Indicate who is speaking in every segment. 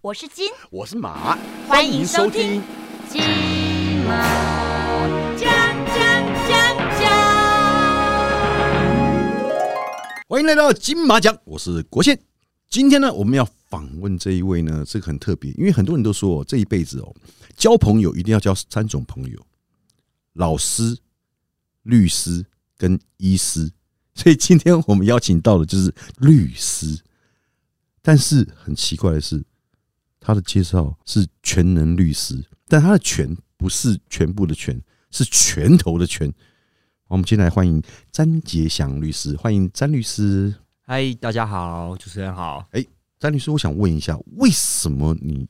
Speaker 1: 我是金，
Speaker 2: 我是马，
Speaker 1: 欢迎收听。金马奖奖奖奖。
Speaker 2: 欢迎来到金马奖，我是国宪。今天呢，我们要访问这一位呢，这个很特别，因为很多人都说哦，这一辈子哦，交朋友一定要交三种朋友：老师、律师跟医师。所以今天我们邀请到的就是律师，但是很奇怪的是，他的介绍是全能律师，但他的“全”不是全部的“全”，是拳头的“拳”。好我们先来欢迎詹杰祥律师，欢迎詹律师。
Speaker 3: 嗨，大家好，主持人好。
Speaker 2: 詹律师，我想问一下，为什么你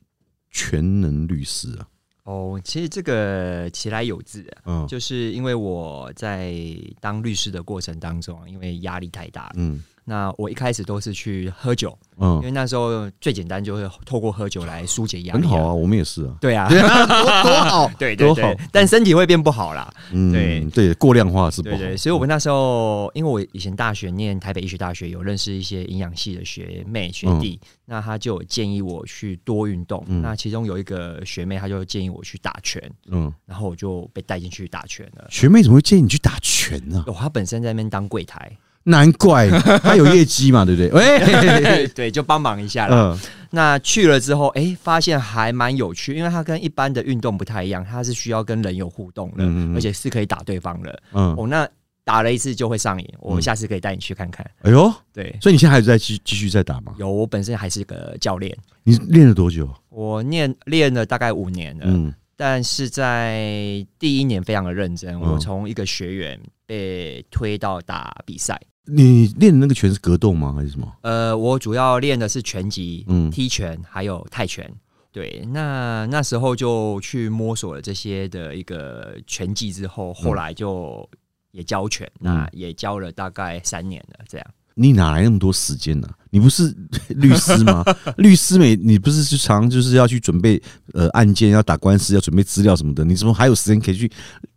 Speaker 2: 全能律师啊？
Speaker 3: 哦，其实这个其来有自、啊，
Speaker 2: 嗯，
Speaker 3: 就是因为我在当律师的过程当中啊，因为压力太大了，
Speaker 2: 嗯
Speaker 3: 那我一开始都是去喝酒，因为
Speaker 2: 嗯，
Speaker 3: 那时候最简单就是透过喝酒来疏解压力、
Speaker 2: 很好啊，，我们也是 啊，
Speaker 3: 对啊，
Speaker 2: 多多好，
Speaker 3: 对对
Speaker 2: 多
Speaker 3: 对
Speaker 2: 好，，
Speaker 3: 但身体会变不好啦，
Speaker 2: 嗯，
Speaker 3: 哦对
Speaker 2: 对，过量化是不
Speaker 3: 对
Speaker 2: 好，
Speaker 3: 对，所以我们那时候，因为我以前大学念台北医学大学，有认识一些营养系的学妹学弟，那他就有建议我去多运动。
Speaker 2: 嗯
Speaker 3: 那其中有一个学妹，她就建议我去打拳，
Speaker 2: 嗯，
Speaker 3: 然后我就被带进去打拳了。
Speaker 2: 学妹怎么会建议你去打拳 呢、
Speaker 3: 哦，她本身在那边当 柜台，
Speaker 2: 难 怪她有业绩嘛，对不对？喂，
Speaker 3: 对，就帮忙一下了。
Speaker 2: 嗯
Speaker 3: 那去了之后，哎，发现还蛮有趣，因为它跟一般的运动不太一样，它是需要跟人有互动的，
Speaker 2: 嗯嗯嗯
Speaker 3: 而且是可以打对方的。
Speaker 2: 嗯，
Speaker 3: 哦，那打了一次就会上瘾，我
Speaker 2: 嗯
Speaker 3: 下次可以带你去看看。
Speaker 2: 哎呦，
Speaker 3: 对，
Speaker 2: 所以你现在还在继继续在打吗？
Speaker 3: 有我啊本身还是个教练。
Speaker 2: 你练了多久？
Speaker 3: 我念练了大概五年了，
Speaker 2: 嗯
Speaker 3: 但是在第一年非常的认真，
Speaker 2: 嗯
Speaker 3: 我从一个学员被推到打比赛。
Speaker 2: 你练的那个拳是格斗吗？还是什么？
Speaker 3: 呃，我主要练的是拳击、
Speaker 2: 嗯
Speaker 3: 踢拳还有泰拳。对，那那时候就去摸索了这些的一个拳技之后，后来就也教拳，
Speaker 2: 嗯
Speaker 3: 那也教了大概三年了，这样。
Speaker 2: 你哪来那么多时间呢、你不是 律师吗？ 律师每你不是就常就是要去准备呃案件，要打官司，要准备资料什么的，你怎么还有时间可以去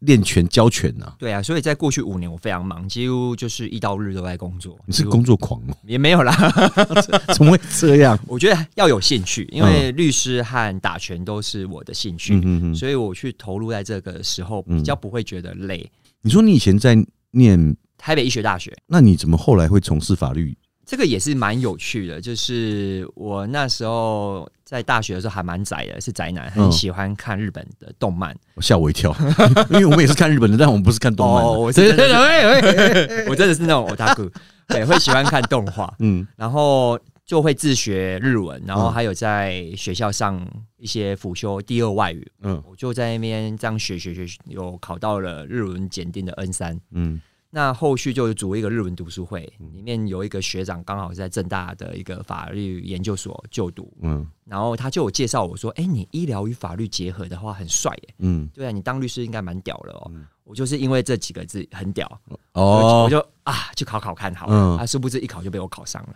Speaker 2: 练拳教拳呢、
Speaker 3: 对啊，所以在过去五年我非常忙，几乎就是一到日都在工作。
Speaker 2: 你是
Speaker 3: 几乎
Speaker 2: 工作狂 哦、
Speaker 3: 也没有啦，
Speaker 2: 怎么会这样？
Speaker 3: 我觉得要有兴趣，因为律师和打拳都是我的兴趣，
Speaker 2: 嗯嗯嗯，
Speaker 3: 所以我去投入在这个时候
Speaker 2: 嗯
Speaker 3: 比较不会觉得累。
Speaker 2: 你说你以前在念，
Speaker 3: 台北医学大学
Speaker 2: 那你怎么后来会从事法律？
Speaker 3: 这个也是蛮有趣的，就是我那时候在大学的时候还蛮宅的，是宅男，
Speaker 2: 嗯
Speaker 3: 很喜欢看日本的动漫。
Speaker 2: 我吓我一跳， 因为我们也是看日本的，但我们不是看动漫的。
Speaker 3: 哦我是真的是
Speaker 2: 对对对，
Speaker 3: 我真的是那种 otaku，对，会喜欢看动画，
Speaker 2: 嗯
Speaker 3: 然后就会自学日文，然后
Speaker 2: 嗯
Speaker 3: 还有在学校上一些辅修第二外语，
Speaker 2: 嗯
Speaker 3: 我就在那边这样学学学，有考到了日文检定的 N 三。
Speaker 2: 嗯
Speaker 3: 那后续就组一个日文读书会，里面有一个学长刚好在正大的一个法律研究所就读，
Speaker 2: 嗯
Speaker 3: 然后他就有介绍我说：“哎、你医疗与法律结合的话很帅耶，
Speaker 2: 嗯，
Speaker 3: 对啊，你当律师应该蛮屌了哦。
Speaker 2: 嗯
Speaker 3: 我就是因为这几个字很屌，我
Speaker 2: 哦，
Speaker 3: 就啊去考考看好了，
Speaker 2: 嗯
Speaker 3: 啊，殊不知一考就被我考上了。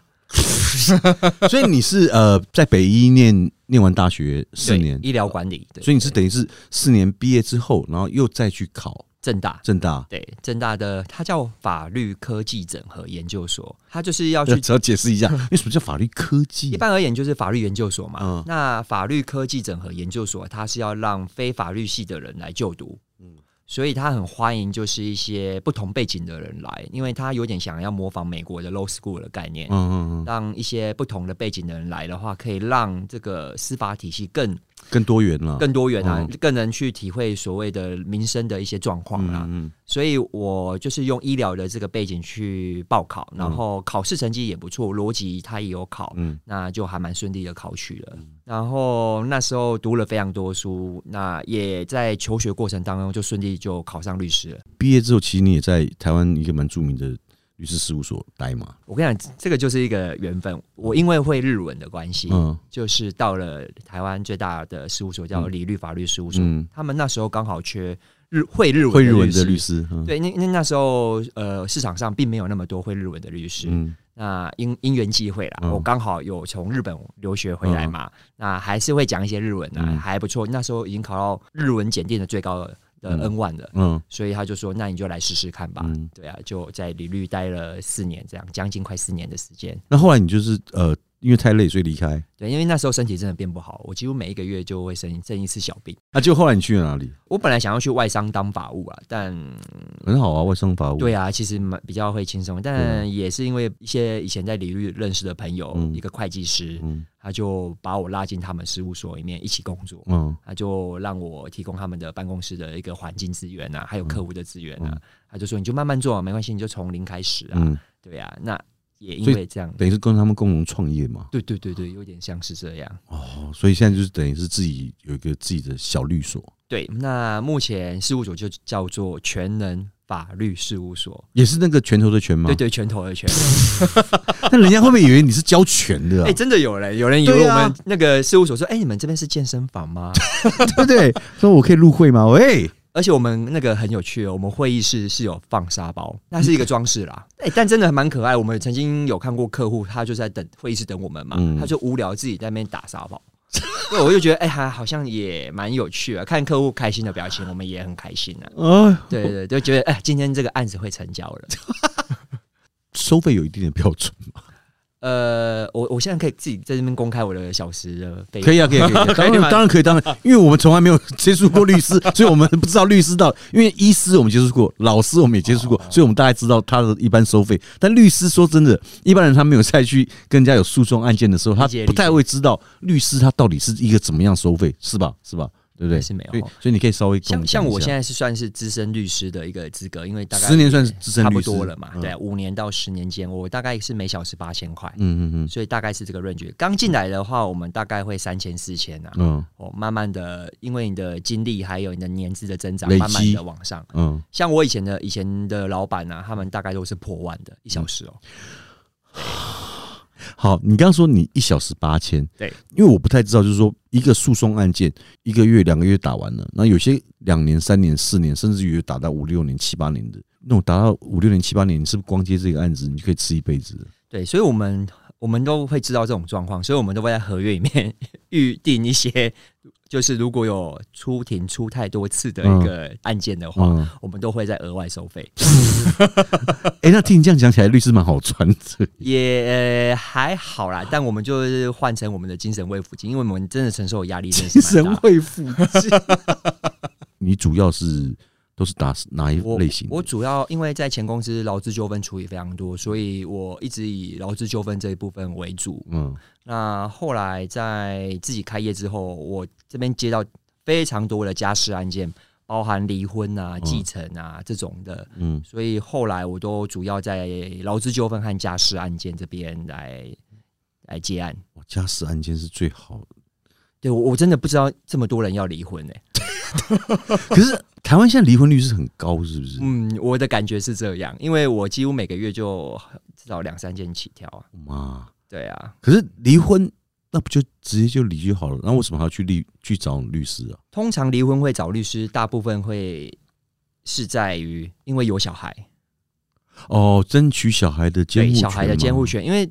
Speaker 2: 所以你是呃在北医念念完大学四
Speaker 3: 对
Speaker 2: 年，
Speaker 3: 医疗管理，对
Speaker 2: 所以你是
Speaker 3: 对
Speaker 2: 等于是四年毕业之后，然后又再去考
Speaker 3: 正大。
Speaker 2: 正大。
Speaker 3: 对，正大的它叫法律科技整合研究所，它就是要去
Speaker 2: 只要解释 一下，为什么叫法律科
Speaker 3: 一
Speaker 2: 技？啊
Speaker 3: 般而言就是法律研究所嘛。
Speaker 2: 嗯
Speaker 3: 那法律科技整合研究所，它是要让非法律系的人来就读。
Speaker 2: 嗯
Speaker 3: 所以他很欢迎，就是一些不同背景的人来，因为他有点想要模仿美国的 law school 的概念，
Speaker 2: 嗯嗯嗯，
Speaker 3: 让一些不同的背景的人来的话，可以让这个司法体系更
Speaker 2: 更多元了，
Speaker 3: 更多元啊，
Speaker 2: 嗯
Speaker 3: 更能去体会所谓的民生的一些状况啊。
Speaker 2: 嗯
Speaker 3: 所以我就是用医疗的这个背景去报考，然后考试成绩也不错，逻辑他也有考，
Speaker 2: 嗯
Speaker 3: 那就还蛮顺利的考取了。然后那时候读了非常多书，那也在求学过程当中就顺利就考上律师了。
Speaker 2: 嗯。毕业之后，其实你也在台湾一个蛮著名的律师事务所待嘛。
Speaker 3: 我跟你讲，这个就是一个缘分。我因为会日文的关系，
Speaker 2: 嗯
Speaker 3: 就是到了台湾最大的事务所叫理律法律事务所，
Speaker 2: 嗯，
Speaker 3: 他们那时候刚好缺日会日文
Speaker 2: 会日文的
Speaker 3: 的
Speaker 2: 律
Speaker 3: 师。
Speaker 2: 师。嗯，
Speaker 3: 对，那那那时候呃，市场上并没有那么多会日文的律师。
Speaker 2: 嗯
Speaker 3: 那因因缘际会啦，
Speaker 2: 嗯
Speaker 3: 我刚好有从日本留学回来嘛，那还是会讲一些日文啊，
Speaker 2: 嗯
Speaker 3: 还不错。那时候已经考到日文检定的最高的
Speaker 2: 嗯
Speaker 3: N one 了，
Speaker 2: 嗯
Speaker 3: 所以他就说：“那你就来试试看吧。
Speaker 2: 嗯。
Speaker 3: 对啊，就在李律待了四年，这样将近快四年的时间。
Speaker 2: 那后来你就是呃因为太累所以离开。
Speaker 3: 对，因为那时候身体真的变不好，我几乎每一个月就会生生一次小病。
Speaker 2: 那、啊、就后来你去了哪里？
Speaker 3: 我本来想要去外商当法务啊，但
Speaker 2: 很好啊，外商法务。
Speaker 3: 对啊，其实蛮比较会轻松，但也是因为一些以前在李律认识的朋友，
Speaker 2: 嗯
Speaker 3: 一个会计师，
Speaker 2: 嗯
Speaker 3: 他就把我拉进他们事务所里面一起工作。
Speaker 2: 嗯
Speaker 3: 他就让我提供他们的办公室的一个环境资源啊，还有客户的资源啊。
Speaker 2: 嗯
Speaker 3: 他就说你就慢慢做，没关系，你就从零开始啊。
Speaker 2: 嗯，
Speaker 3: 对啊，那也因
Speaker 2: 所以
Speaker 3: 为这样，
Speaker 2: 等于是跟他们共同创业嘛。
Speaker 3: 对对对对，有点像是这样。
Speaker 2: 哦，所以现在就是等于是自己有一个自己的小律所，
Speaker 3: 对，那目前事务所就叫做全能法律事务所。
Speaker 2: 也是那个拳头的拳吗？
Speaker 3: 对。对，拳头 的拳。
Speaker 2: 那人家会不会以为你是教拳的、啊？
Speaker 3: 哎、真的有人，有人以为
Speaker 2: 对
Speaker 3: 我
Speaker 2: 啊
Speaker 3: 们那个事务所说，哎、你们这边是健身房吗？
Speaker 2: 对不对？说我可以入会吗？喂，
Speaker 3: 而且我们那个很有趣哦，我们会议室是有放沙包，那是一个装饰啦。
Speaker 2: 嗯
Speaker 3: 哎、但真的还蛮可爱。我们曾经有看过客户，他就在等会议室等我们嘛，
Speaker 2: 嗯
Speaker 3: 他就无聊自己在那边打沙包。 对，我就觉得哎，还、好像也蛮有趣啊，看客户开心的表情，我们也很开心 啊。
Speaker 2: 啊，
Speaker 3: 对对对，就觉得哎、今天这个案子会成交了。
Speaker 2: 收费有一定的标准，
Speaker 3: 呃，我我现在可以自己在这边公开我的小时的费用，
Speaker 2: 可以啊，可以，可以， 当然当然可以，当然，因为我们从来没有接触过律师，所以我们不知道律师到，因为医师我们接触过，老师我们也接
Speaker 3: 哦
Speaker 2: 触过，所以我们大概知道他的一般收费。但律师说真的，一般人他没有再去跟人家有诉讼案件的时候，他
Speaker 3: 理解
Speaker 2: 不太会知道律师他到底是一个怎么样收费，是吧？是吧？对不对？
Speaker 3: 是没有
Speaker 2: 所以所以你可以稍微跟
Speaker 3: 像像我现
Speaker 2: 在
Speaker 3: 在是算是资深律师的一个资格，因为大概
Speaker 2: 十年算是资深
Speaker 3: 差
Speaker 2: 律
Speaker 3: 不
Speaker 2: 师
Speaker 3: 多了嘛，
Speaker 2: 嗯
Speaker 3: 对啊，五年到十年间，我大概是每小时八千块，
Speaker 2: 嗯嗯
Speaker 3: 所以大概是这个 range。刚进来的话，我们大概会三千四千啊
Speaker 2: 嗯，嗯
Speaker 3: 哦，慢慢的，因为你的经历还有你的年资的增长，
Speaker 2: 累积
Speaker 3: 慢慢的往上。
Speaker 2: 嗯，
Speaker 3: 像我以前的以前的老板啊，他们大概都是破万的，一小时哦，
Speaker 2: 好，你刚刚说你一小时八千，
Speaker 3: 对，
Speaker 2: 因为我不太知道，就是说一个诉讼案件一个月、两个月打完了，那有些两年、三年、四年，甚至于有打到五六年、七八年的，那种打到五六年、七八年，你是不是光接这个案子，你就可以吃一辈子？
Speaker 3: 对，所以我们我们都会知道这种状况，所以我们都会在合约里面 预定一些，就是如果有出庭出太多次的一个案件的话，
Speaker 2: 嗯，
Speaker 3: 我们都会再额外收费，
Speaker 2: 哎、那听你这样讲起来，律师蛮好赚 的。
Speaker 3: 也、呃还好啦。但我们就是换成我们的精神慰抚金，因为我们真的承受的压力真
Speaker 2: 精
Speaker 3: 的是
Speaker 2: 神
Speaker 3: 蛮大的。
Speaker 2: 慰抚金， 你主要是都是打哪一
Speaker 3: 我
Speaker 2: 类型的
Speaker 3: 我主要因为在前公司劳资纠纷处理非常多，所以我一直以劳资纠纷这一部分为主。
Speaker 2: 嗯
Speaker 3: 那后来在自己开业之后，我这边接到非常多的家事案件，包含离婚啊、继承啊、这种的，
Speaker 2: 嗯，
Speaker 3: 所以后来我都主要在劳资纠纷和家事案件这边来来接案。
Speaker 2: 哇家事案件是最好的。
Speaker 3: 对我我真的不知道这么多人要离婚呢、欸
Speaker 2: 可是台湾现在离婚率是很高，是不是？
Speaker 3: 嗯，我的感觉是这样，因为我几乎每个月就至少两三件起跳啊。
Speaker 2: 妈、
Speaker 3: 对啊，
Speaker 2: 可是离婚那不就直接就离就好了？那为什么还要去律去找律师啊？
Speaker 3: 通常离婚会找律师，大部分会是在于因为有小孩。
Speaker 2: 哦，争取小孩的监护
Speaker 3: 对
Speaker 2: 权，
Speaker 3: 小孩的监护。权，因为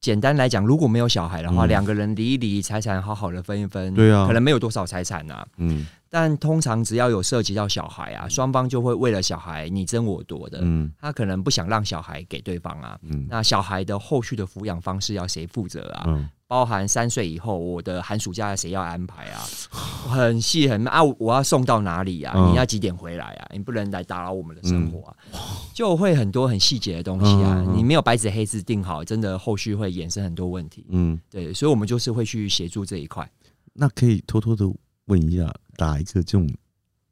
Speaker 3: 简单来讲，如果没有小孩的话，
Speaker 2: 嗯
Speaker 3: 两个人离一离，财产好好的分一分，
Speaker 2: 对啊
Speaker 3: 可能没有多少财产啊。
Speaker 2: 嗯
Speaker 3: 但通常只要有涉及到小孩啊，双方就会为了小孩你争我夺的。
Speaker 2: 嗯
Speaker 3: 他可能不想让小孩给对方啊。
Speaker 2: 嗯
Speaker 3: 那小孩的后续的抚养方式要谁负责啊？
Speaker 2: 嗯，
Speaker 3: 包含三岁以后，我的寒暑假谁要安排啊？ 很细很慢啊，我要送到哪里啊？
Speaker 2: 嗯
Speaker 3: 你要几点回来啊？你不能来打扰我们的生活啊！就会很多很细节的东西啊，
Speaker 2: 嗯嗯嗯
Speaker 3: 你没有白纸黑字定好，真的后续会衍生很多问题。
Speaker 2: 嗯，
Speaker 3: 对，所以我们就是会去协助这一块。
Speaker 2: 那可以偷偷的问一下，打一个这种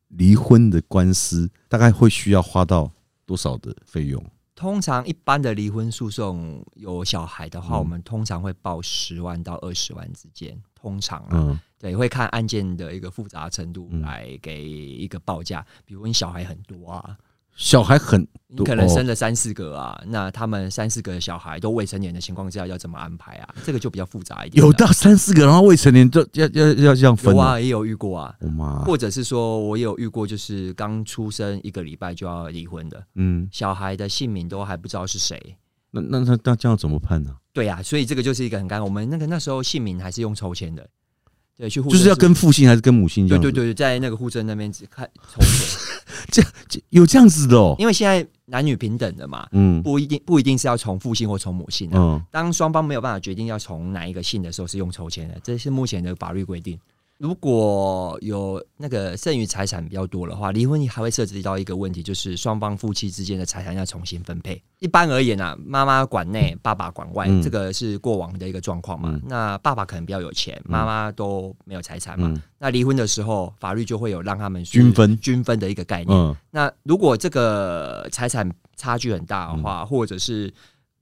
Speaker 2: 离婚的官司，大概会需要花到多少的费用？
Speaker 3: 通常一般的离婚诉讼有小孩的话，
Speaker 2: 嗯
Speaker 3: 我们通常会报十万到二十万之间，通常啊，
Speaker 2: 嗯
Speaker 3: 对，会看案件的一个复杂程度
Speaker 2: 嗯
Speaker 3: 来给一个报价。比如你小孩很多啊，
Speaker 2: 小孩很
Speaker 3: 你
Speaker 2: 多
Speaker 3: 可能
Speaker 2: 哦
Speaker 3: 生了三四个啊，那他们三四个小孩都未成年的情况之下，要怎么安排啊？这个就比较复杂一点了。
Speaker 2: 有到三四个，然后未成年就要要要这样分
Speaker 3: 啊有
Speaker 2: 啊！
Speaker 3: 啊，也有遇过啊，
Speaker 2: 我妈，
Speaker 3: 或者是说我也有遇过，就是刚出生一个礼拜就要离婚的
Speaker 2: 嗯，
Speaker 3: 小孩的姓名都还不知道是谁。
Speaker 2: 那那那那这样怎么判呢？
Speaker 3: 对啊，所以这个就是一个很尴尬。我们那个那时候姓名还是用抽签的，对，去户
Speaker 2: 就是要
Speaker 3: 政事务
Speaker 2: 跟父姓还是跟母姓这样
Speaker 3: 对
Speaker 2: 子？
Speaker 3: 对对，在那个户政那边只看抽签，
Speaker 2: 有这样子的哦。
Speaker 3: 因为现在男女平等的嘛，
Speaker 2: 嗯
Speaker 3: 不一定不一定是要从父姓或从母姓的、啊
Speaker 2: 嗯，
Speaker 3: 当双方没有办法决定要从哪一个姓的时候，是用抽签的，这是目前的法律规定。如果有那个剩余财产比较多的话，离婚还会涉及到一个问题，就是双方夫妻之间的财产要重新分配。一般而言啊，妈妈管内，爸爸管外，
Speaker 2: 嗯
Speaker 3: 这个是过往的一个状况嘛。
Speaker 2: 嗯
Speaker 3: 那爸爸可能比较有钱，妈妈都没有财产嘛。
Speaker 2: 嗯
Speaker 3: 那离婚的时候，法律就会有让他们是
Speaker 2: 均分
Speaker 3: 均分的一个概念。
Speaker 2: 嗯
Speaker 3: 那如果这个财产差距很大的话，
Speaker 2: 嗯
Speaker 3: 或者是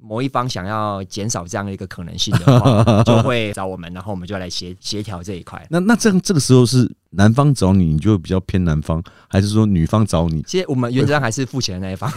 Speaker 3: 某一方想要减少这样的一个可能性 的话，就会找我们，然后我们就来协协调这一块。
Speaker 2: 那那这样这个时候是男方找你，你就比较偏男方，还是说女方找你？
Speaker 3: 其实我们原则上还是付钱的那 一方，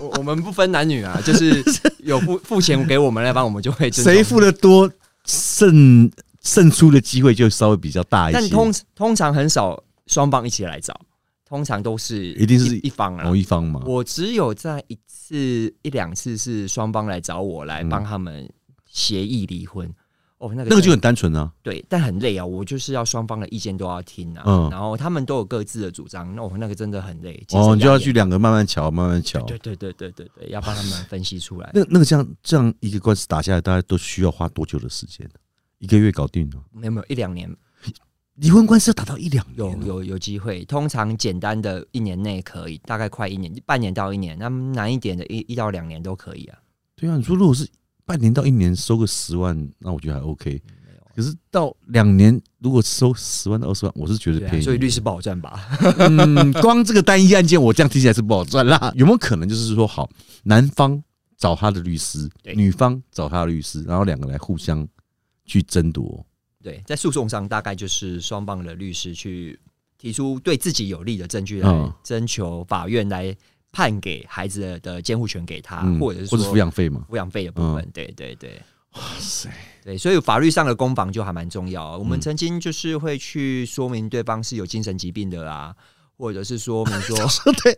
Speaker 3: 我我们不分男女啊，就是有付付钱给我们那一方，我们就会尊重
Speaker 2: 谁付的多，胜胜出的机会就稍微比较大一
Speaker 3: 但
Speaker 2: 些。
Speaker 3: 通通常很少双方一起来找，通常都是
Speaker 2: 一定是
Speaker 3: 一一方啊，
Speaker 2: 某一方嘛，
Speaker 3: 我只有在一次一两次是双方来找我来帮他们协议离婚。哦，那个
Speaker 2: 嗯那个就
Speaker 3: 真的
Speaker 2: 很单纯啊。
Speaker 3: 对，但很累啊！我就是要双方的意见都要听啊，
Speaker 2: 嗯
Speaker 3: 然后他们都有各自的主张，哦那我那个真的很累。精神
Speaker 2: 哦，你就要
Speaker 3: 压力
Speaker 2: 去两个慢慢瞧，慢慢瞧。
Speaker 3: 对对对对对对，要帮他们分析出来。
Speaker 2: 那那个这样这样一个官司打下来，大概都需要花多久的时间？一个月搞定了。
Speaker 3: 没有没有一两年
Speaker 2: 离婚官司要打到一两年
Speaker 3: 有
Speaker 2: 哦，
Speaker 3: 有有机会，通常简单的一年内可以，大概快一年，半年到一年，那么难一点的一一到两年都可以啊。
Speaker 2: 对啊，你说如果是半年到一年收个十万，那我觉得还 OK。
Speaker 3: 没有啊
Speaker 2: 可是到两年如果收十万到二十万，我是觉得
Speaker 3: 对
Speaker 2: 便
Speaker 3: 啊，
Speaker 2: 宜。
Speaker 3: 所以律师不好赚吧？
Speaker 2: 嗯，光这个单一案件，我这样听起来是不好赚 啦。有没有可能就是说，好，男方找他的律师，
Speaker 3: 对
Speaker 2: 女方找他的律师，然后两个来互相去争夺？
Speaker 3: 对，在诉讼上大概就是双方的律师去提出对自己有利的证据
Speaker 2: 嗯
Speaker 3: 来征求法院来判给孩子的监护权给他，
Speaker 2: 嗯，
Speaker 3: 啊或者是
Speaker 2: 或
Speaker 3: 说
Speaker 2: 者抚养费嘛？
Speaker 3: 抚养费的部分。
Speaker 2: 嗯
Speaker 3: 对对对
Speaker 2: 哇塞，
Speaker 3: 对，所以法律上的攻防就还蛮重要。啊我们
Speaker 2: 嗯
Speaker 3: 曾经就是会去说明对方是有精神疾病的啦，或者是说明说
Speaker 2: 对，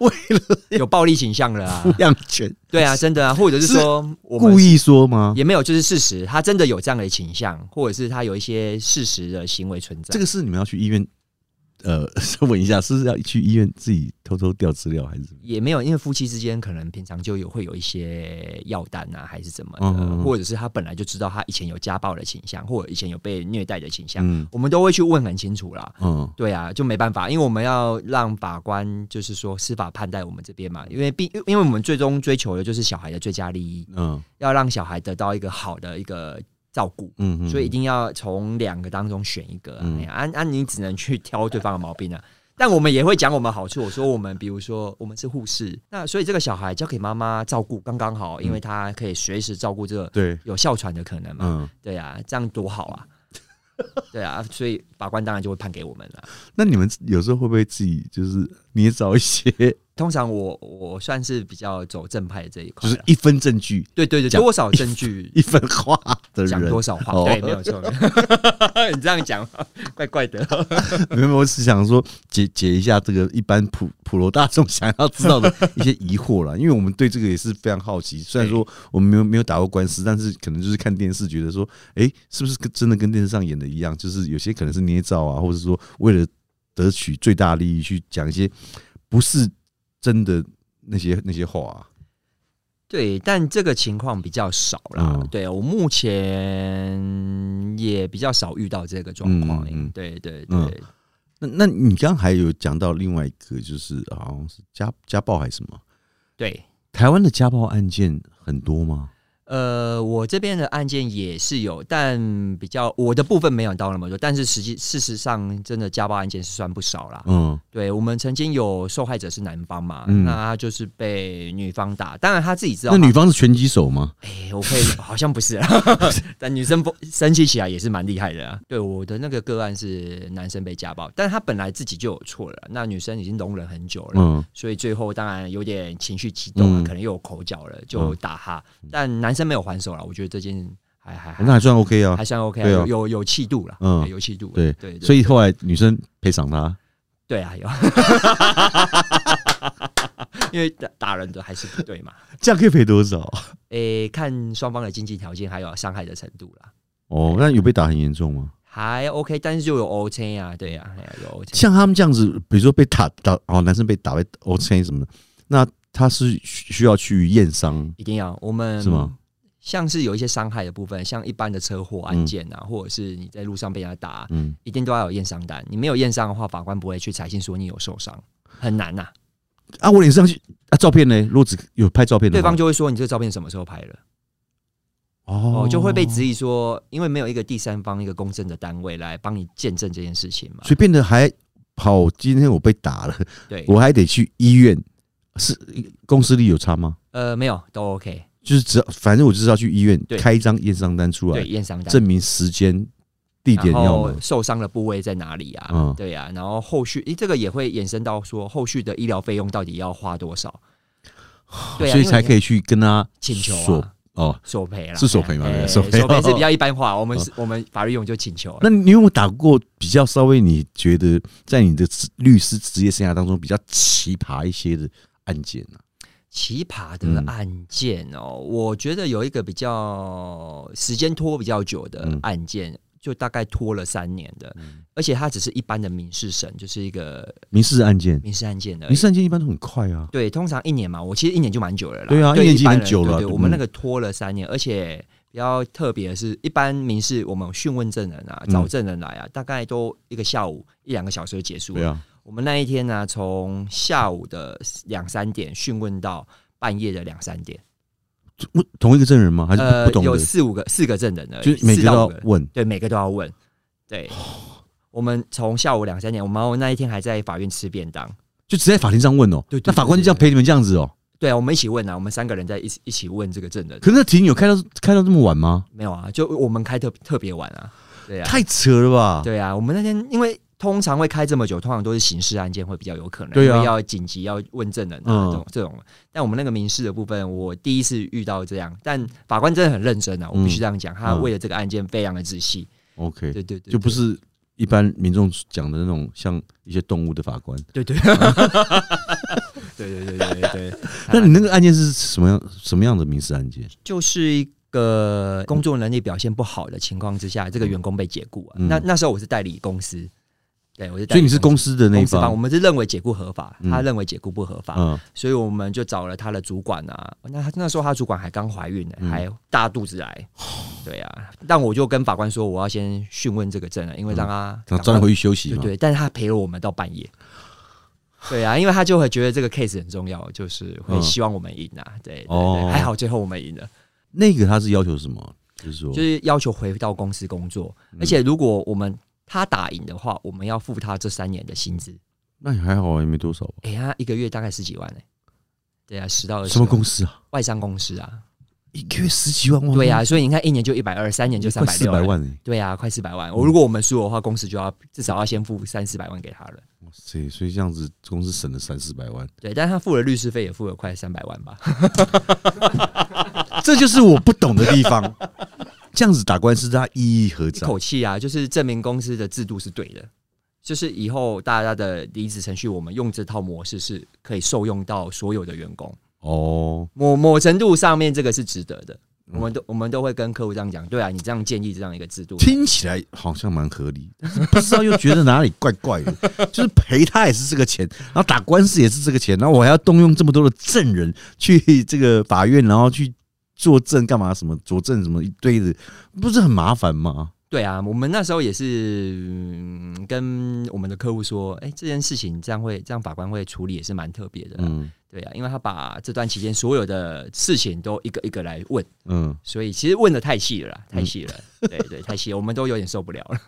Speaker 2: 为了
Speaker 3: 有暴力倾向的啊，
Speaker 2: 抚养权，
Speaker 3: 对啊，真的啊，或者是
Speaker 2: 是
Speaker 3: 说我 们
Speaker 2: 故意说吗？
Speaker 3: 也没有，就是事实，他真的有这样的倾向，或者是他有一些事实的行为存在
Speaker 2: 这。个是你们要去医院，呃， 问一下，是不是要去医院自己偷偷调资料，还是怎么样？
Speaker 3: 也没有，因为夫妻之间可能平常就有会有一些药单啊，还是怎么的，
Speaker 2: 嗯嗯嗯
Speaker 3: 或者是他本来就知道他以前有家暴的倾向，或者以前有被虐待的倾向，
Speaker 2: 嗯
Speaker 3: 我们都会去问很清楚啦。
Speaker 2: 嗯，
Speaker 3: 对啊，就没办法，因为我们要让法官就是说司法判待我们这边嘛，因为毕因为我们最终追求的就是小孩的最佳利益，
Speaker 2: 嗯
Speaker 3: 要让小孩得到一个好的一个照顾。
Speaker 2: 嗯嗯，
Speaker 3: 所以一定要从两个当中选一个、啊。
Speaker 2: 嗯
Speaker 3: 哎呀啊啊，你只能去挑对方的毛病啊。但我们也会讲我们好处。我说我们，比如说我们是护士，那所以这个小孩交给妈妈照顾刚刚好，因为他可以随时照顾这个
Speaker 2: 对，
Speaker 3: 有哮喘的可能嘛。
Speaker 2: 嗯，
Speaker 3: 对啊，这样多好啊！ 对啊，所以法官当然就会判给我们了。
Speaker 2: 那你们有时候会不会自己就是捏造一些，
Speaker 3: 通常我我算是比较走正派的这一
Speaker 2: 就
Speaker 3: 块
Speaker 2: 是
Speaker 3: 了。
Speaker 2: 一分证据
Speaker 3: 对对对，
Speaker 2: 讲
Speaker 3: 多少证据
Speaker 2: 一分话的人
Speaker 3: 讲？多少话？
Speaker 2: 哦
Speaker 3: 对，没有错。 你这样讲怪怪的。
Speaker 2: 没有，我只想说解解一下这个一般普普罗大众想要知道的一些疑惑 啦，因为我们对这个也是非常好奇。虽然说我们没有没有打过官司，但是可能就是看电视觉得说，哎、是不是跟真的跟电视上演的一样？就是有些可能是捏造啊，或者说为了得取最大利益去讲一些不是真的那些那些话、啊。
Speaker 3: 对，但这个情况比较少啦。
Speaker 2: 嗯
Speaker 3: 对我目前也比较少遇到这个状况、
Speaker 2: 嗯嗯
Speaker 3: 对对对，
Speaker 2: 嗯那那你刚刚还有讲到另外一个，就是好像是家家暴还是什么？
Speaker 3: 对。
Speaker 2: 台湾的家暴案件很多吗？
Speaker 3: 呃，我这边的案件也是有，但比较我的部分没有到那么多，但是实际事实上，真的家暴案件是算不少啦。
Speaker 2: 嗯
Speaker 3: 对我们曾经有受害者是男方嘛，
Speaker 2: 嗯
Speaker 3: 那他就是被女方打，当然他自己知道
Speaker 2: 那
Speaker 3: 他。
Speaker 2: 女方是拳击手吗？
Speaker 3: 哎、我会好像不是啦， 但女生不生气起来也是蛮厉害的、啊。对，我的那个个案是男生被家暴，但他本来自己就有错了，啊那女生已经容忍很久了，
Speaker 2: 嗯
Speaker 3: 所以最后当然有点情绪激动啊，
Speaker 2: 嗯
Speaker 3: 可能又有口角了，就打他。但男生没有还手了，我觉得这件还还还
Speaker 2: 那还算 OK 啊
Speaker 3: 还。算 OK，、
Speaker 2: 对啊
Speaker 3: 有有有气度了，
Speaker 2: 嗯
Speaker 3: 嗯，有气度。
Speaker 2: 对
Speaker 3: 对，
Speaker 2: 所
Speaker 3: 以
Speaker 2: 以后来女生赔偿他，
Speaker 3: 对啊，有， 因为打打人的还是不对嘛。
Speaker 2: 这样可以赔多少？
Speaker 3: 诶、看双方的经济条件还有伤害的程度啦。
Speaker 2: 哦，那有被打很严重吗？
Speaker 3: 还 OK，但是就有 O C 啊，对呀、哎呀有 O C。
Speaker 2: 像他们这样子，比如说被打打哦，男生被打被 O C 什么的，那他是需需要去验伤，
Speaker 3: 一定要我们
Speaker 2: 是吗？
Speaker 3: 像是有一些伤害的部分，像一般的车祸案件啊，或者是你在路上被人家打，
Speaker 2: 嗯，
Speaker 3: 一定都要有验伤单。你没有验伤的话，法官不会去采信说你有受伤，很难呐、
Speaker 2: 啊，我脸上去啊，照片呢？如果只有拍照片的
Speaker 3: 对
Speaker 2: 话，
Speaker 3: 方就会说你这个照片什么时候拍的，
Speaker 2: 哦
Speaker 3: 哦，就会被质疑说，因为没有一个第三方、一个公证的单位来帮你见证这件事情嘛
Speaker 2: 所。以变得还好。今天我被打了，
Speaker 3: 对，
Speaker 2: 我还得去医院，是公司里有差吗？
Speaker 3: 呃，没有都 OK，
Speaker 2: 就是只要反正我就是要去医院
Speaker 3: 对
Speaker 2: 开一张验伤单出
Speaker 3: 对，
Speaker 2: 来，
Speaker 3: 验伤单
Speaker 2: 证明时间、地点
Speaker 3: 然
Speaker 2: 要
Speaker 3: 后
Speaker 2: 吗？
Speaker 3: 受伤的部位在哪里啊？
Speaker 2: 嗯
Speaker 3: 对啊，然后后续，诶，这个也会衍生到说后续的医疗费用到底要花多少？对啊，
Speaker 2: 所以才可
Speaker 3: 以
Speaker 2: 以去跟他
Speaker 3: 请求
Speaker 2: 索
Speaker 3: 啊，
Speaker 2: 哦。
Speaker 3: 索赔啦，
Speaker 2: 是索赔吗
Speaker 3: 哎
Speaker 2: 对
Speaker 3: 索
Speaker 2: 索
Speaker 3: 赔
Speaker 2: 赔嗯
Speaker 3: 是比较一 般化，我们是我们法律用就请求了。
Speaker 2: 那你有没有打过比较稍微你觉得在你的职律师职业生涯当中比较奇葩一些的案件啊呢、
Speaker 3: 奇葩
Speaker 2: 嗯
Speaker 3: 的案件哦，我觉得有一个比较时间拖比较久的
Speaker 2: 嗯
Speaker 3: 案件，就大概拖了三年的，而且它只是一般的民事审，就是一个
Speaker 2: 民事案件，
Speaker 3: 民事案件的。
Speaker 2: 民事案件一般都很快啊。
Speaker 3: 对，通常一年嘛，我其实一年就蛮久了啦。
Speaker 2: 对啊一年已经
Speaker 3: 一般
Speaker 2: 很久了
Speaker 3: 对
Speaker 2: 嗯
Speaker 3: 对我们那个拖了三年，而且比较特别的是，一般民事我们讯问证人啊、
Speaker 2: 嗯
Speaker 3: 找证人来啊，大概都一个下午一两个小时就结束了。
Speaker 2: 对啊，
Speaker 3: 我们那一天呢、从下午的两三点讯问到半夜的两三点，
Speaker 2: 我啊同一个证人吗？还是不不懂
Speaker 3: 呃有
Speaker 2: 的？
Speaker 3: 四五个四个证人而已，
Speaker 2: 就是每
Speaker 3: 四
Speaker 2: 个都
Speaker 3: 到
Speaker 2: 要哦
Speaker 3: 五个，
Speaker 2: 问。
Speaker 3: 对，每个都要问。对，我们从下午两三点，我们那一天还在法院吃便当。
Speaker 2: 就直接在法庭上问哦。
Speaker 3: 对对
Speaker 2: 那法官
Speaker 3: 对
Speaker 2: 就这样陪你们这样子哦。
Speaker 3: 对啊，我们一起问啊，我们三个人在一起一起问这个证人。啊
Speaker 2: 可是那庭有开到开到这么晚吗？
Speaker 3: 没有啊，就我们开特特别晚啊。对啊，
Speaker 2: 太扯了吧！
Speaker 3: 对啊，我们那天因为通常会开这么久，通常都是刑事案件会比较有可能，
Speaker 2: 对啊
Speaker 3: 因为要紧急要问证人啊、
Speaker 2: 嗯
Speaker 3: 这种这种。但我们那个民事的部分，我第一次遇到这样，但法官真的很认真啊，我必须这样讲，他
Speaker 2: 嗯
Speaker 3: 为了这个案件非常的仔细。
Speaker 2: o k
Speaker 3: 对对对，
Speaker 2: 就不
Speaker 3: 对
Speaker 2: 是一般民众讲的那种像一些动物的法官。
Speaker 3: 对对， 对对对对对对，
Speaker 2: 那你那个案件是什么样什么样的民事案件？
Speaker 3: 就是一个工作能力表现不好的情况之下，这个员工被解雇、啊。
Speaker 2: 嗯
Speaker 3: 那那时候我是代理公司，对我是代
Speaker 2: 所以
Speaker 3: 理
Speaker 2: 你是公司的那一
Speaker 3: 公司方，我
Speaker 2: 方，
Speaker 3: 们是认为解雇合法，
Speaker 2: 嗯
Speaker 3: 他认为解雇不合法，
Speaker 2: 嗯，
Speaker 3: 所以我们就找了他的主管啊。那他那时候他主管还刚怀孕呢、
Speaker 2: 嗯
Speaker 3: 还大肚子来，对啊。但我就跟法官说，我要先讯问这个证人，啊因为让他
Speaker 2: 嗯他
Speaker 3: 赶
Speaker 2: 早点
Speaker 3: 快
Speaker 2: 回去休息
Speaker 3: 对
Speaker 2: 嘛。
Speaker 3: 对，但是他陪了我们到半夜。对啊，因为他就会觉得这个 case 很重要，就是会
Speaker 2: 嗯
Speaker 3: 希望我们赢啊。对对对，
Speaker 2: 哦
Speaker 3: 还好最后我们赢了，
Speaker 2: 那个他是要求什么？就是说，
Speaker 3: 就是要求回到公司工作，
Speaker 2: 嗯
Speaker 3: 而且如果我们他打赢的话，我们要付他这三年的薪资。
Speaker 2: 那也还好啊，也没多少吧。
Speaker 3: 哎、他一个月大概十几万哎、对啊，十到二十。
Speaker 2: 什么公
Speaker 3: 司？
Speaker 2: 司啊？
Speaker 3: 外商公司啊。
Speaker 2: 一个月十几万万？
Speaker 3: 对啊，所以你看一年就一百二，三年就三
Speaker 2: 快
Speaker 3: 百
Speaker 2: 四
Speaker 3: 六
Speaker 2: 百。万哎！
Speaker 3: 对啊，快四百万。我如果我们输的话，公司就要至少要先付三四百万给他了。
Speaker 2: 哇塞，所以这样子公司省了三四百万，
Speaker 3: 对，但是他付了律师费，也付了快三百万吧。
Speaker 2: 啊这就是我不懂的地 方。这样子打官司，它意义何
Speaker 3: 一
Speaker 2: 在？
Speaker 3: 口气啊，就是证明公司的制度是对的，就是以后大家的离职程序，我们用这套模式是可以受用到所有的员工，
Speaker 2: 哦，
Speaker 3: 某某程度上面这个是值得的。我们都我们都会跟客户这样讲，对啊，你这样建议这样一个制度，
Speaker 2: 听起来好像蛮合理，但是不知道又觉得哪里怪怪的。 就是赔他也是这个钱，然后打官司也是这个钱，然后我还要动用这么多的证人去这个法院，然后去作证干嘛？什么佐证什么一堆的，不是很麻烦吗？
Speaker 3: 对啊，我们那时候也是、嗯跟我们的客户说，哎、这件事情这样会这样法官会处理也是蛮特别的，
Speaker 2: 嗯
Speaker 3: 对啊，因为他把这段期间所有的事情都一个一个来问，
Speaker 2: 嗯，
Speaker 3: 所以其实问的太细了啦，太细了，对对，太细了，我们都有点受不了了。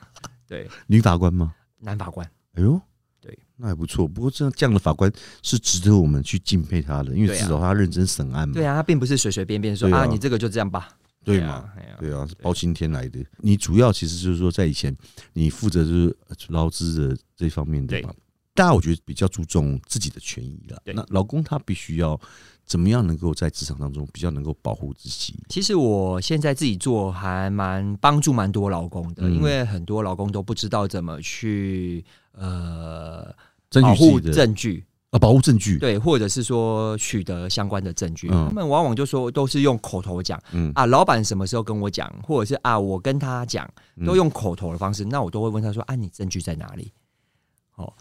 Speaker 3: 对，
Speaker 2: 女法官吗？
Speaker 3: 男法官，
Speaker 2: 哎呦，
Speaker 3: 对，
Speaker 2: 那还不错。不过这样这样的法官是值得我们去敬佩他的，因为
Speaker 3: 对啊
Speaker 2: 至少他认真审案嘛，
Speaker 3: 对啊，他并不是随随便便说
Speaker 2: 嗯对
Speaker 3: 啊
Speaker 2: 啊
Speaker 3: 你这个就这样吧，
Speaker 2: 对
Speaker 3: 啊
Speaker 2: 嘛？？
Speaker 3: 哎呀
Speaker 2: 对啊，是包青天来的。你主要其实就是说，在以前你负责就是劳资的这方面的嘛。大家我觉得比较注重自己的权益了。
Speaker 3: 对
Speaker 2: 那老公他必须要怎么样能够在职场当中比较能够保护自己？
Speaker 3: 其实我现在自己做还蛮帮助蛮多劳工的，
Speaker 2: 嗯
Speaker 3: 因为很多劳工都不知道怎么去呃
Speaker 2: 争
Speaker 3: 保
Speaker 2: 取自
Speaker 3: 护
Speaker 2: 己的
Speaker 3: 哦证据，
Speaker 2: 啊，保护证据，
Speaker 3: 对，或者是说取得相关的证据，
Speaker 2: 嗯
Speaker 3: 他们往往就说都是用口头讲，
Speaker 2: 嗯
Speaker 3: 啊，老板什么时候跟我讲，或者是啊，我跟他讲，
Speaker 2: 嗯
Speaker 3: 都用口头的方式，那我都会问他说啊，你证据在哪里？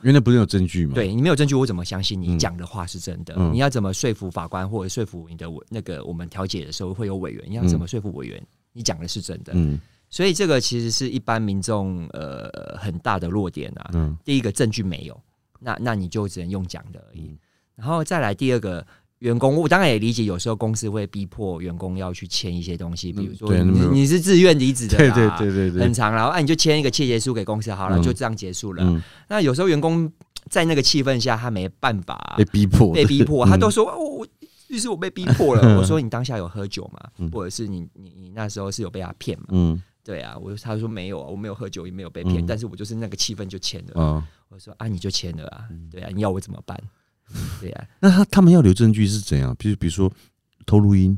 Speaker 2: 因为那不是有证据嘛？，
Speaker 3: 对你没有证据，我怎么相信
Speaker 2: 嗯
Speaker 3: 你讲的话是真的？
Speaker 2: 嗯
Speaker 3: 你要怎么说服法官，或者说服你的委那个我们调解的时候会有委员，你要怎么说服委员你讲的是真的？
Speaker 2: 嗯
Speaker 3: 所以这个其实是一般民众呃很大的弱点啊。
Speaker 2: 嗯
Speaker 3: 第一个证据没有，那那你就只能用讲的而
Speaker 2: 嗯
Speaker 3: 已。然后再来第二个。员工，我当然也理解，有时候公司会逼迫员工要去签一些东西，比如说
Speaker 2: 嗯对那
Speaker 3: 你、
Speaker 2: 没有
Speaker 3: 你是自愿离职的
Speaker 2: 对
Speaker 3: 啦，
Speaker 2: 对对对对，
Speaker 3: 很长啦，然后啊你就签一个切结书给公司好了，
Speaker 2: 嗯
Speaker 3: 就这样结束了。
Speaker 2: 嗯，
Speaker 3: 那有时候员工在那个气氛下，他没办法
Speaker 2: 被逼迫，
Speaker 3: 啊被逼迫，
Speaker 2: 嗯
Speaker 3: 他都说：“哦，我律师，我被逼 迫了。”我说：“你当下有喝酒吗？
Speaker 2: 嗯
Speaker 3: 或者是你你你那时候是有被他骗吗
Speaker 2: 嗯？”
Speaker 3: 对啊，我他说没有啊，我没有喝酒，也没有被骗，
Speaker 2: 嗯
Speaker 3: 但是我就是那个气氛就签了。
Speaker 2: 啊，
Speaker 3: 我说：“啊，你就签了啊，
Speaker 2: 嗯
Speaker 3: 对啊，你要我怎么 办？”对啊，
Speaker 2: 那他他们要留证据是怎样？比如比如说偷录音，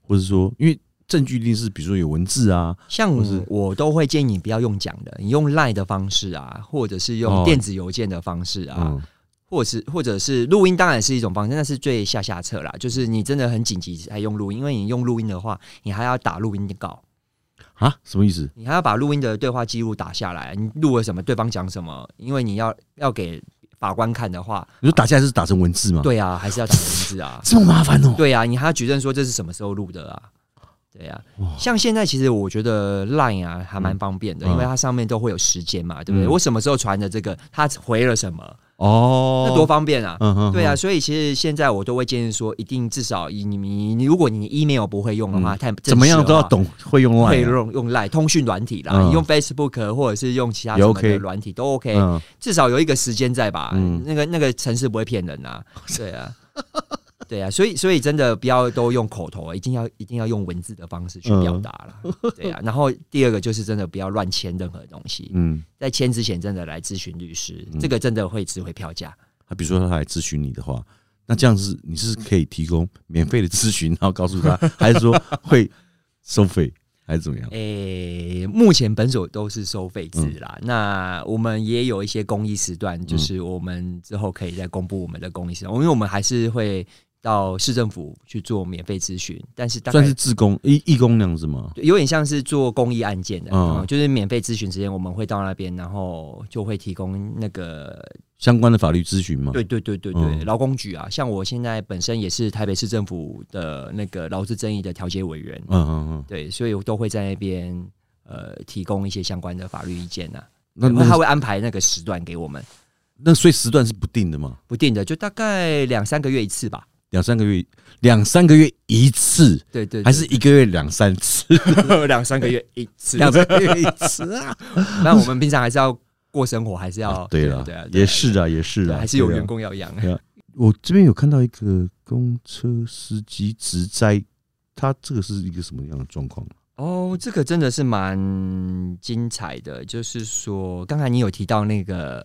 Speaker 2: 或者说因为证据一定是比如说有文字啊，
Speaker 3: 像
Speaker 2: 或是
Speaker 3: 我都会建议你不要用讲的，你用赖的方式啊，或者是
Speaker 2: 哦
Speaker 3: 用电子邮件的方式啊，
Speaker 2: 嗯
Speaker 3: 或者是或者是录音，当然是一种方式，那是最下下策啦。就是你真的很紧急才用录音，因为你用录音的话，你还要打录音稿，
Speaker 2: 啊，什么意思？
Speaker 3: 你还要把录音的对话记录打下来，你录了什么，对方讲什么，因为你要要给法官看的话，
Speaker 2: 你说打下来是打成文字吗？，，
Speaker 3: 对啊，还是要打文字啊
Speaker 2: 这么麻烦哦。
Speaker 3: 对啊，你还要举证说这是什么时候录的啊。对啊，像现在其实我觉得 Line 啊还蛮方便的，
Speaker 2: 嗯
Speaker 3: 因为它上面都会有时间嘛，对不对？
Speaker 2: 嗯
Speaker 3: 我什么时候传的这个，他回了什么，
Speaker 2: 哦，
Speaker 3: 那多方便啊！
Speaker 2: 嗯哼，
Speaker 3: 对啊，
Speaker 2: 哼，
Speaker 3: 所以其实现在我都会建议说，一定至少以你你你，如果你 email 不会用的话，太正式
Speaker 2: 嗯怎么样
Speaker 3: 的
Speaker 2: 都要
Speaker 3: 话。
Speaker 2: 懂会用
Speaker 3: 会
Speaker 2: line 啊。
Speaker 3: 用用赖通讯软体啦，
Speaker 2: 嗯
Speaker 3: 你用 Facebook 或者是用其他
Speaker 2: 也
Speaker 3: 什么
Speaker 2: OK
Speaker 3: 的软体都 OK，、
Speaker 2: 嗯，
Speaker 3: 至少有一个时间在吧？
Speaker 2: 嗯
Speaker 3: 那个那个城市不会骗人 啊，对啊，对啊，所以所以真的不要都用口头，一定要一定要用文字的方式去表达啦。
Speaker 2: 嗯
Speaker 3: 对啊。然后第二个就是真的不要乱签任何东西，
Speaker 2: 嗯，
Speaker 3: 在签之前真的来咨询律师，这个真的会值回票价。
Speaker 2: 他比如说他来咨询你的话，那这样子你是可以提供免费的咨询，然后告诉 他，还是说会收费，还是怎么
Speaker 3: 哎
Speaker 2: 样？
Speaker 3: 诶、目前本所都是收费制啦。
Speaker 2: 嗯
Speaker 3: 那我们也有一些公益时段，就是我们之后可以再公布我们的公益时段，因为我们还是会到市政府去做免费咨询，但是大概
Speaker 2: 算是自工义义工那样子吗？
Speaker 3: 对有点像是做公益案件的，
Speaker 2: 嗯
Speaker 3: 嗯就是免费咨询时间，我们会到那边，然后就会提供那个，
Speaker 2: 相关的法律咨询吗？
Speaker 3: 对对对对对，
Speaker 2: 嗯
Speaker 3: 劳、工局啊，像我现在本身也是台北市政府的那个劳资争议的调解委员，
Speaker 2: 嗯，嗯嗯嗯，
Speaker 3: 对，所以我都会在那边呃提供一些相关的法律意见呐、啊。
Speaker 2: 那
Speaker 3: 然后他
Speaker 2: 那
Speaker 3: 会安排那个时段给我们，
Speaker 2: 那所以时段是不定的嘛，
Speaker 3: 不定的，就大概两三个月一次吧。
Speaker 2: 两三个月，两三个月一次，
Speaker 3: 对对对
Speaker 2: 还是一个月两三次，
Speaker 3: 两三个月一次
Speaker 2: 两三个月一次啊？
Speaker 3: 那我们平常还是要过生活，还是要
Speaker 2: 对
Speaker 3: 啊
Speaker 2: 了
Speaker 3: 对啊，，对啊
Speaker 2: 也是啊，也是
Speaker 3: 对
Speaker 2: 啊，
Speaker 3: 啊还是有
Speaker 2: 对啊
Speaker 3: 员工要养。
Speaker 2: 我这边有看到一个公车司机直灾，他这个是一个什么样的状况？
Speaker 3: 哦，这个真的是蛮精彩的。就是说，刚才你有提到那个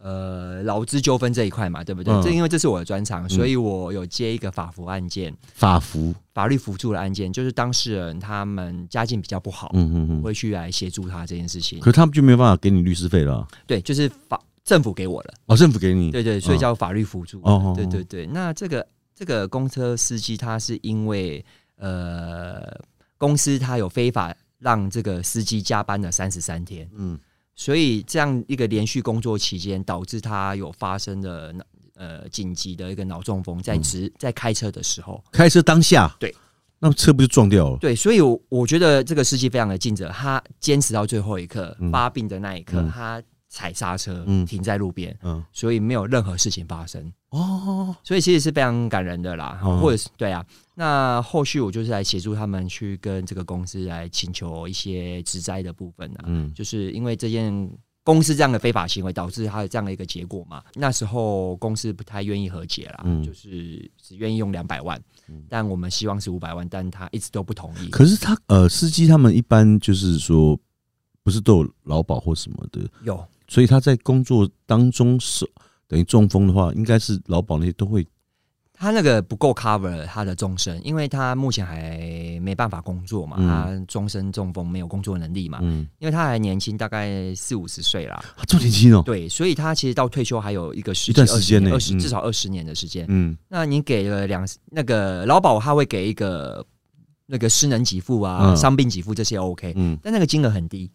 Speaker 3: 呃劳资纠纷这一块嘛，对不对？
Speaker 2: 嗯
Speaker 3: 这因为这是我的专长，所以我有接一个法服案件，
Speaker 2: 法服，
Speaker 3: 法律辅助的案件，就是当事人他们家境比较不好，
Speaker 2: 嗯嗯
Speaker 3: 我
Speaker 2: 嗯，
Speaker 3: 会去来协助他这件事情。
Speaker 2: 可他们就没有办法给你律师费了啊，
Speaker 3: 对，就是法政府给我了，
Speaker 2: 哦，政府给你，
Speaker 3: 对对，所以叫法律辅助。
Speaker 2: 哦哦
Speaker 3: 对
Speaker 2: 哦
Speaker 3: 对对，那这个这个公车司机他是因为呃公司他有非法让这个司机加班了三十三天，
Speaker 2: 嗯，
Speaker 3: 所以这样一个连续工作期间，导致他有发生了脑呃紧急的一个脑中风，
Speaker 2: 嗯
Speaker 3: 在直、在开车的时候。
Speaker 2: 开车当下，
Speaker 3: 对，
Speaker 2: 那车不就撞掉了？
Speaker 3: 对，所以我我觉得这个司机非常的尽责，他坚持到最后一刻，发病的那一刻，
Speaker 2: 嗯
Speaker 3: 他踩刹车，
Speaker 2: 嗯
Speaker 3: 停在路边，
Speaker 2: 嗯，
Speaker 3: 所以没有任何事情发生。
Speaker 2: 哦，
Speaker 3: 所以其实是非常感人的啦，
Speaker 2: 嗯
Speaker 3: 或者是对啊。那后续我就是来协助他们去跟这个公司来请求一些职灾的部分啊，
Speaker 2: 嗯
Speaker 3: 就是因为这件公司这样的非法行为导致他有这样的一个结果嘛。那时候公司不太愿意和解啦，
Speaker 2: 嗯
Speaker 3: 就是只愿意用两百万，但我们希望是五百万，但他一直都不同意。
Speaker 2: 可是他呃，司机他们一般就是说，不是都有劳保或什么的，
Speaker 3: 有
Speaker 2: 所以他在工作当中是等于中风的话，应该是劳保那些都会
Speaker 3: 他那个不够 cover 他的终身，因为他目前还没办法工作嘛，
Speaker 2: 嗯
Speaker 3: 他终身中风没有工作能力嘛，
Speaker 2: 嗯，
Speaker 3: 因为他还年轻，大概四五十岁啦，
Speaker 2: 啊这么年轻哦，
Speaker 3: 对，所以他其实到退休还有一个十
Speaker 2: 一段
Speaker 3: 几20
Speaker 2: 时间
Speaker 3: 年
Speaker 2: 呢
Speaker 3: 二十、
Speaker 2: 嗯
Speaker 3: 至少二十年的时间。
Speaker 2: 嗯，
Speaker 3: 那你给了两那个劳保，他会给一个那个失能给付啊、
Speaker 2: 嗯
Speaker 3: 伤病给付这些 OK，
Speaker 2: 嗯，
Speaker 3: 但那个金额很低，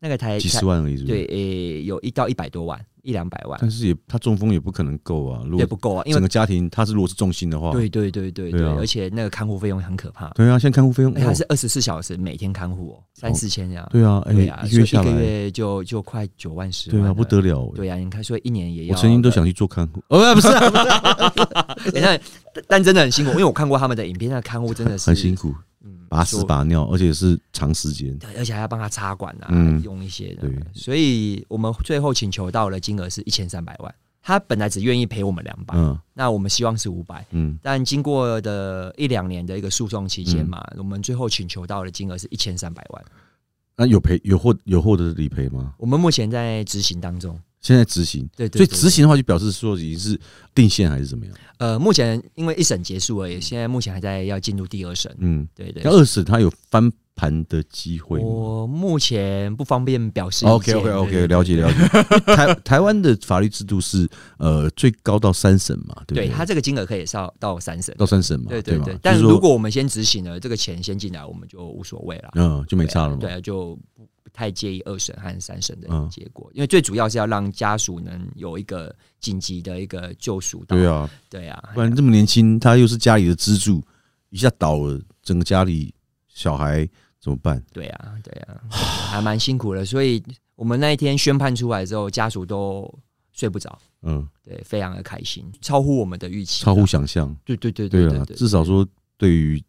Speaker 3: 那个才
Speaker 2: 几十
Speaker 3: 才
Speaker 2: 万而已是不是
Speaker 3: 哎对，，诶、有一到一百多万，一两百万
Speaker 2: 但是也他中风也不可能够啊，如
Speaker 3: 也
Speaker 2: 果
Speaker 3: 不够啊，因
Speaker 2: 整
Speaker 3: 为
Speaker 2: 个家庭他是如果是重心的话，
Speaker 3: 对对对对
Speaker 2: 对
Speaker 3: 对，
Speaker 2: 啊
Speaker 3: 而且那个看护费用很可怕，
Speaker 2: 对啊，现在看护费用
Speaker 3: 哎，他
Speaker 2: 哦
Speaker 3: 是二十四小时每天看护哦，三四千呀，
Speaker 2: 对啊，哎，
Speaker 3: 对啊，
Speaker 2: 一个
Speaker 3: 所以
Speaker 2: 月
Speaker 3: 一
Speaker 2: 下
Speaker 3: 个
Speaker 2: 来，
Speaker 3: 月就就快九万十
Speaker 2: 对
Speaker 3: 万
Speaker 2: 啊，
Speaker 3: 了，
Speaker 2: 不得了，
Speaker 3: 对啊，你看，所以一年也要
Speaker 2: 我曾经都想去做看护， 呃，不是啊，
Speaker 3: 欸，那但但真的很辛苦，因为我看过他们的影片，那看护真的是
Speaker 2: 很辛，苦，
Speaker 3: 嗯
Speaker 2: 把屎，把尿，而且是长时间，
Speaker 3: 说对而且还要帮他插管啊，
Speaker 2: 嗯
Speaker 3: 用一些的
Speaker 2: 对，
Speaker 3: 所以我们最后请求到的金额是一千三百万，他本来只愿意赔我们两百、
Speaker 2: 嗯
Speaker 3: 那我们希望是五百。
Speaker 2: 嗯，
Speaker 3: 但经过的一两年的一个诉讼期间嘛，我们最后请求到的金额是一千三百万。
Speaker 2: 那有赔有获有获得理赔吗？
Speaker 3: 我们目前在执行当中，
Speaker 2: 现在执行，
Speaker 3: 对
Speaker 2: 所
Speaker 3: 对
Speaker 2: 以
Speaker 3: 对
Speaker 2: 执行的话就表示说已经是定线还是怎么样？
Speaker 3: 呃，目前因为一审结束而已，现在目前还在要进入第二审。
Speaker 2: 嗯，
Speaker 3: 对对
Speaker 2: 那二审他有翻盘的机会吗
Speaker 3: 我目前不方便表示意见。
Speaker 2: ？OK OK
Speaker 3: 对
Speaker 2: OK，了解了解。 因为台台湾的法律制度是呃最高到三审嘛，对不
Speaker 3: 对
Speaker 2: 对？
Speaker 3: 他这个金额可以上到三审，
Speaker 2: 到三审嘛，
Speaker 3: 对
Speaker 2: 对
Speaker 3: 对
Speaker 2: 嘛
Speaker 3: 对。。
Speaker 2: 就
Speaker 3: 但
Speaker 2: 是说
Speaker 3: 如果我们先执行了，这个钱先进来，我们就无所谓了，
Speaker 2: 嗯就没差了嘛，
Speaker 3: 对啊，就不不太介意二审和三审的
Speaker 2: 嗯
Speaker 3: 结果，因为最主要是要让家属能有一个紧急的一个救赎到。
Speaker 2: 对，啊，
Speaker 3: 对啊，
Speaker 2: 不然这么年轻，他又是家里的支柱，一下倒了，整个家里小孩怎么办？
Speaker 3: 对啊，对啊，还蛮辛苦的。所以我们那一天宣判出来之后，家属都睡不着，
Speaker 2: 嗯，
Speaker 3: 对，非常的开心，超乎我们的预期，啊
Speaker 2: 超乎，想象。
Speaker 3: 对对对
Speaker 2: 对
Speaker 3: 对
Speaker 2: 啊，至少说对于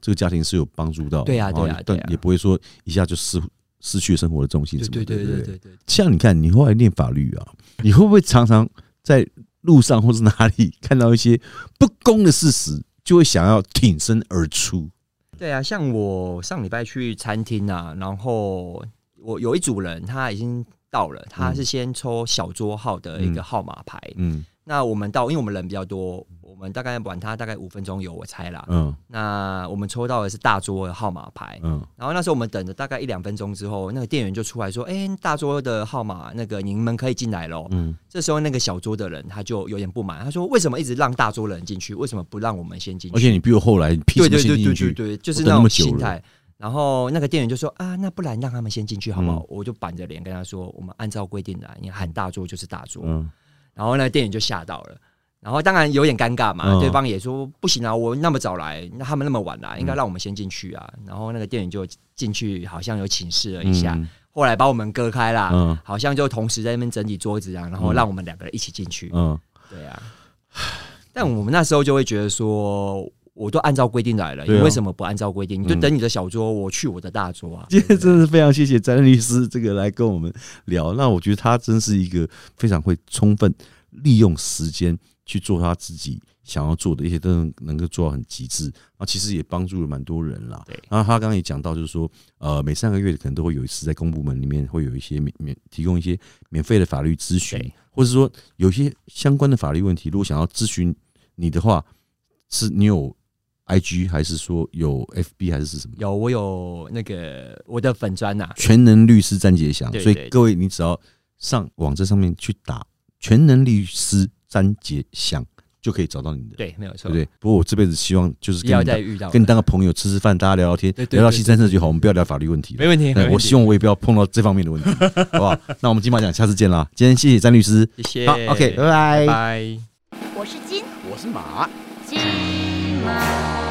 Speaker 2: 这个家庭是有帮助到。
Speaker 3: 对啊
Speaker 2: 然后
Speaker 3: 对啊对啊
Speaker 2: 但也不会说一下就失失去生活的重心
Speaker 3: 对
Speaker 2: 什么的。
Speaker 3: 对对
Speaker 2: 不
Speaker 3: 对对对。
Speaker 2: 像你看，你后来念法律啊，你会不会常常在路上或是哪里看到一些不公的事实，就会想要挺身而出？
Speaker 3: 对啊，像我上礼拜去餐厅啊，然后我有一组人他已经到了，他是先抽小桌号的一个号码牌。
Speaker 2: 嗯
Speaker 3: 那我们到，因为我们人比较多，我们大概晚他大概五分钟有，我猜啦。
Speaker 2: 嗯
Speaker 3: 那我们抽到的是大桌的号码牌，
Speaker 2: 嗯
Speaker 3: 然后那时候我们等了大概一两分钟之后，那个店员就出来说：“哎、大桌的号码，那个你们可以进来喽。
Speaker 2: 嗯，
Speaker 3: 这时候那个小桌的人他就有点不满，他说：“为什么一直让大桌的人进去？为什么不让我们先进去？”
Speaker 2: 而且你比我后来，你凭
Speaker 3: 对
Speaker 2: 什么先
Speaker 3: 对对
Speaker 2: 进
Speaker 3: 对对
Speaker 2: 去？
Speaker 3: 对，就是
Speaker 2: 我等
Speaker 3: 那
Speaker 2: 那么
Speaker 3: 种
Speaker 2: 久
Speaker 3: 心
Speaker 2: 了
Speaker 3: 态。然后那个店员就说啊，那不然让他们先进去好不好？
Speaker 2: 嗯
Speaker 3: 我就板着脸跟他说，我们按照规定来，你喊大桌就是大桌。
Speaker 2: 嗯
Speaker 3: 然后那个店员就吓到了，然后当然有点尴尬嘛，
Speaker 2: 嗯
Speaker 3: 对方也说不行啊，我那么早来，那他们那么晚来，应该让我们先进去啊。然后那个店员就进去，好像有请示了一下，啊
Speaker 2: 嗯
Speaker 3: 后来把我们隔开啦。
Speaker 2: 嗯
Speaker 3: 好像就同时在那边整理桌子啊，然
Speaker 2: 嗯
Speaker 3: 后让我们两个人一起进去。
Speaker 2: 嗯，
Speaker 3: 对啊，但我们那时候就会觉得说，我都按照规定来了，
Speaker 2: 对啊
Speaker 3: 你为什么不按照规定？你就
Speaker 2: 嗯
Speaker 3: 等你的小桌，我去我的大 桌啊。
Speaker 2: 今天真的是非常谢谢詹律师这个来跟我们聊。那我觉得他真是一个非常会充分利用时间去做他自己想要做的一些，都能能够做到很极致。啊，其实也帮助了蛮多人啦。
Speaker 3: 对
Speaker 2: 然后他刚刚也讲到，就是说，呃，每三个月可能都会有一次在公部门里面会有一些免免提供一些免费的法律咨询
Speaker 3: 对，
Speaker 2: 或者说有一些相关的法律问题，如果想要咨询你的话，是你有 IG 还是说有 FB 还是是什么？
Speaker 3: 有我有那个我的粉砖啊呐、
Speaker 2: 全能律师詹杰祥，
Speaker 3: 对
Speaker 2: 所以
Speaker 3: 对对
Speaker 2: 各位你只要上网站上面去打“全能律师詹杰祥”，就可以找到你的，
Speaker 3: 对，没有
Speaker 2: 对
Speaker 3: 错，
Speaker 2: 不对？不过我这辈子希望就是
Speaker 3: 不要
Speaker 2: 跟你
Speaker 3: 再
Speaker 2: 当
Speaker 3: 遇到了
Speaker 2: 跟你当个朋友，吃吃饭，大家聊聊天
Speaker 3: 对，对
Speaker 2: 聊到
Speaker 3: 对
Speaker 2: 新三色就好，我们不要聊法律问题了。
Speaker 3: 没问题，没
Speaker 2: 对
Speaker 3: 问题
Speaker 2: 我希望我也不要碰到这方面的问题，好不好？那我们金马奖下次见啦！今天谢谢詹律师，
Speaker 3: 谢谢
Speaker 2: 好，OK，拜拜
Speaker 3: 拜拜。
Speaker 1: 我是金，
Speaker 4: 我是马，
Speaker 1: 金马